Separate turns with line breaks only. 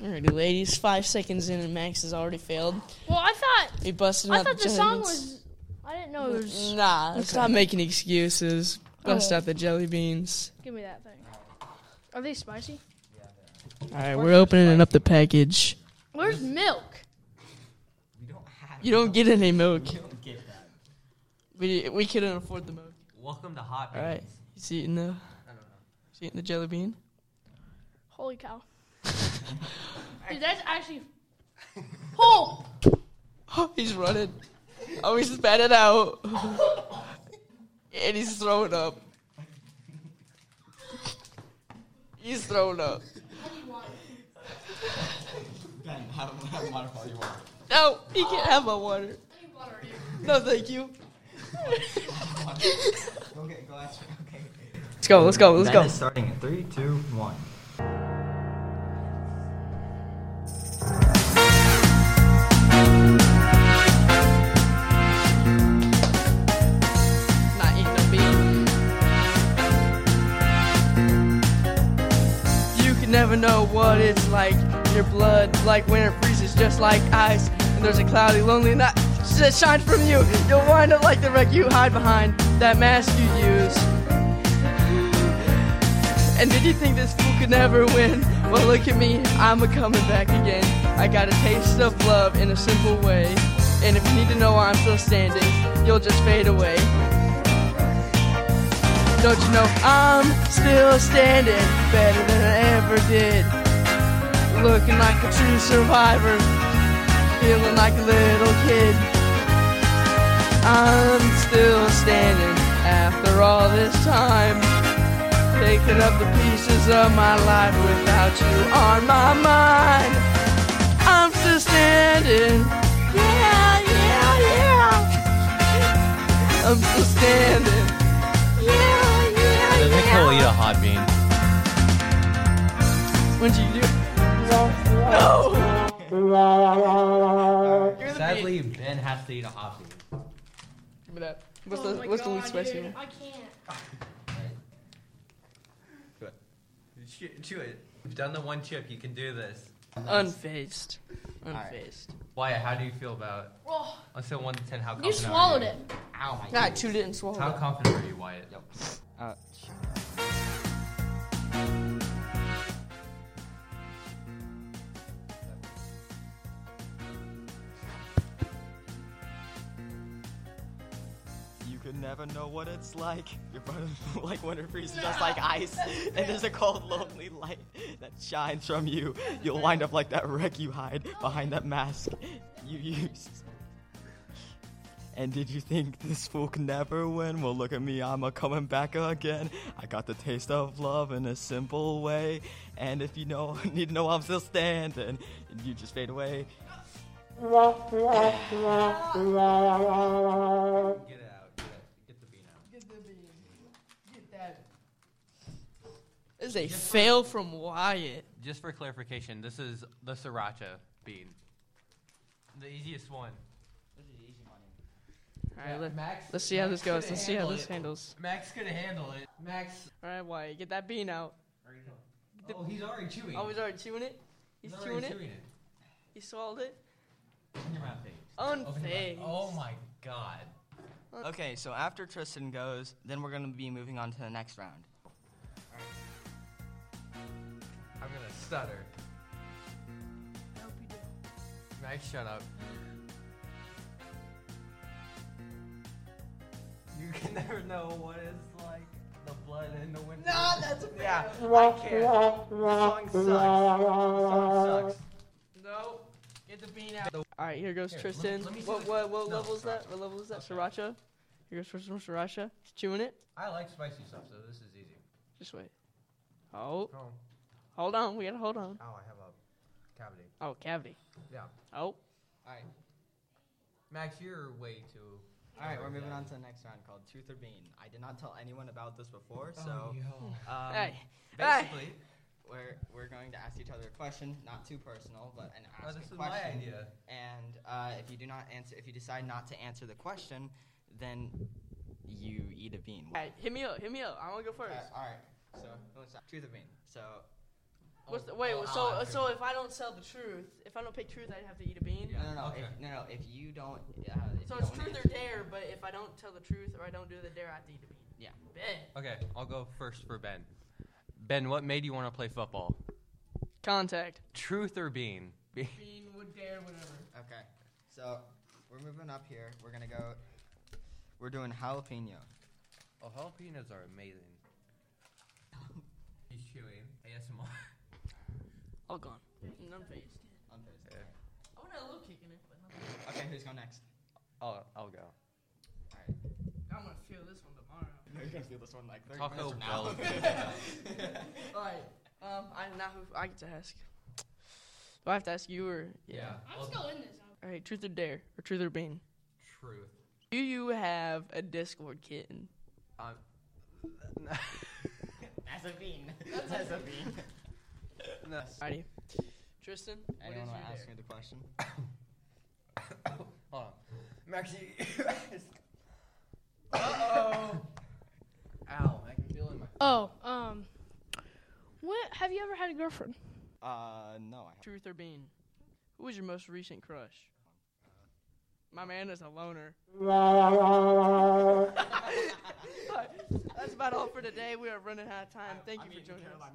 ladies. Five seconds in, and Max has already failed.
Well, I thought
He busted
I
out
thought the
jelly
song
beans.
was. I didn't know it was.
Nah, stop making excuses. Bust
Oh.
out the jelly beans.
Give me that thing. Are they spicy?
All right, we're opening up the package.
Where's milk?
We don't have.
You don't get any milk.
We don't get that.
We we couldn't afford the milk.
Welcome to hot.
All right,
Wheels.
he's eating the
I don't know.
he's eating the jelly bean.
Holy cow! Dude, that's actually. Oh,
he's running. Oh, he's spat it out, and he's throwing up. He's throwing up.
Ben, have, have water while you want.
No, Oh, he can't have my water. No, thank you.
Go get glass. Okay.
Let's go. Oh, Let's go. Let's
ben
go.
is starting at three, two, one.
Not eating no beans. You can never know what it's like. Your blood, like when it freezes, just like ice. And there's a cloudy, lonely night that shines from you. You'll wind up like the wreck you hide behind that mask you use. And did you think this fool could never win? Well, look at me, I'm a coming back again. I got a taste of love in a simple way. And if you need to know why I'm still standing, you'll just fade away. Don't you know I'm still standing better than I ever did? Looking like a true survivor, feeling like a little kid. I'm still standing after all this time, picking up the pieces of my life without you on my mind. I'm still standing, yeah, yeah, yeah. I'm still standing. Yeah, yeah,
I think he'll
yeah.
eat a hot bean.
What did you do? No. Give me the
Sadly, Ben has to eat a hot bean.
Give me that. What's
Oh
the
my
what's the
God,
least spicy
dude,
one?
I can't.
Chew, chew it. We've done the one chip. You can do this.
Unfazed.
right.
Unfazed.
Wyatt, how do you feel about?
Oh,
On scale one to ten, how
you
confident
swallowed
are you?
it.
Ow, my
Nah,
goodness.
two didn't swallow.
How
that. Uh,
confident are you, Wyatt? Yep.
You could never know what it's like. Your brother, like winter freezes just like ice, and there's a cold, lonely light that shines from you. You'll wind up like that wreck you hide behind that mask you used. And did you think this fool could never win? Well, look at me, I'm a coming back again. I got the taste of love in a simple way. And if you know, need to know, I'm still standing. You just fade away.
Get it out. Get, it. Get the bean out.
This is a fail from Wyatt.
Just for clarification, this is the sriracha bean. The easiest one.
Alright, let,
Max.
let's see how this goes.
Max could
Let's see how
handle
this
it.
handles.
Max could handle it. Max.
Alright, Wyatt, get that bean out.
Oh, he's already chewing.
Oh, he's already chewing it. He's chewing it.
it.
He swallowed it.
Open your mouth, babe. Open your
Unfazed.
mouth. Oh my god.
Okay, so after Tristan goes, then we're gonna be moving on to the next round.
I'm gonna stutter. Max, shut up. You can never know what it's like. The blood in the winter. No, that's a Yeah, I can't. song sucks. The song sucks.
No. Get the bean out. Alright, here goes
Here, let me-
Tristan.
let me see
what
this-
what what
no,
level is that?
sriracha.
What level is that?
Okay.
Sriracha. Here goes Tristan from Sriracha. He's chewing it.
I like spicy stuff, so this is easy.
Just wait. Oh,
Go.
hold on. We gotta hold on.
Ow, Oh, I have a cavity.
Oh, cavity.
Yeah.
Oh,
Alright. Max, you're way too.
All right, we're moving on to the next round called Truth or Bean. I did not tell anyone about this before, so
So.
um,
hey, hey.
Basically,
we're we're going to ask each other a question, not too personal, but an
oh,
ask
this
a
is my
question.
idea.
And uh, if you do not answer, if you decide not to answer the question, then you eat a bean. Uh,
Alright, hit me up. Hit me up. I wanna go first.
all right. So who wants to- Truth or Bean? So
What's the, wait,
oh,
so
oh, I see.
so if I don't tell the truth, if I don't pick truth, I'd have to eat a bean.
No, no, no.
Okay.
If, no, no. If you don't, uh, if
So
you
it's
don't wanna
truth or
answer-
dare, but if I don't tell the truth or I don't do the dare, I have to eat a bean.
Yeah.
Bet.
Okay, I'll go first for Ben. Ben, what made you want to play football?
Contact.
Truth or bean? Be-
Bean would dare whatever.
Okay. So we're moving up here. We're gonna go. We're doing jalapeno.
oh, jalapenos are amazing. He's chewing. ASMR.
All gone. Unfazed.
On Thursday.
I want a little kick in it, but not
Okay. Who's going next?
I'll, I'll go.
All right.
I'm gonna feel this one tomorrow.
No, you're gonna feel this one like 30
Taco
minutes from now.
Bell.
All right. Um, I now who I get to ask. Do I have to ask you or?
I'm still in this.
All right, truth or dare or truth or bean.
Truth.
Do you have a Discord kitten?
Um,
That's a bean. That's a bean.
no.
Alrighty. Tristan, what is your
Anyone want to ask
dare?
me the question?
Hold on. Maxie. Uh-oh. Ow, I can feel it in my...
Oh, um, what? Have you ever had a girlfriend?
Uh, no, I have.
Truth or bean? Who was your most recent crush? My man is a loner. That's about all for today. We are running out of time. Thank you for joining us.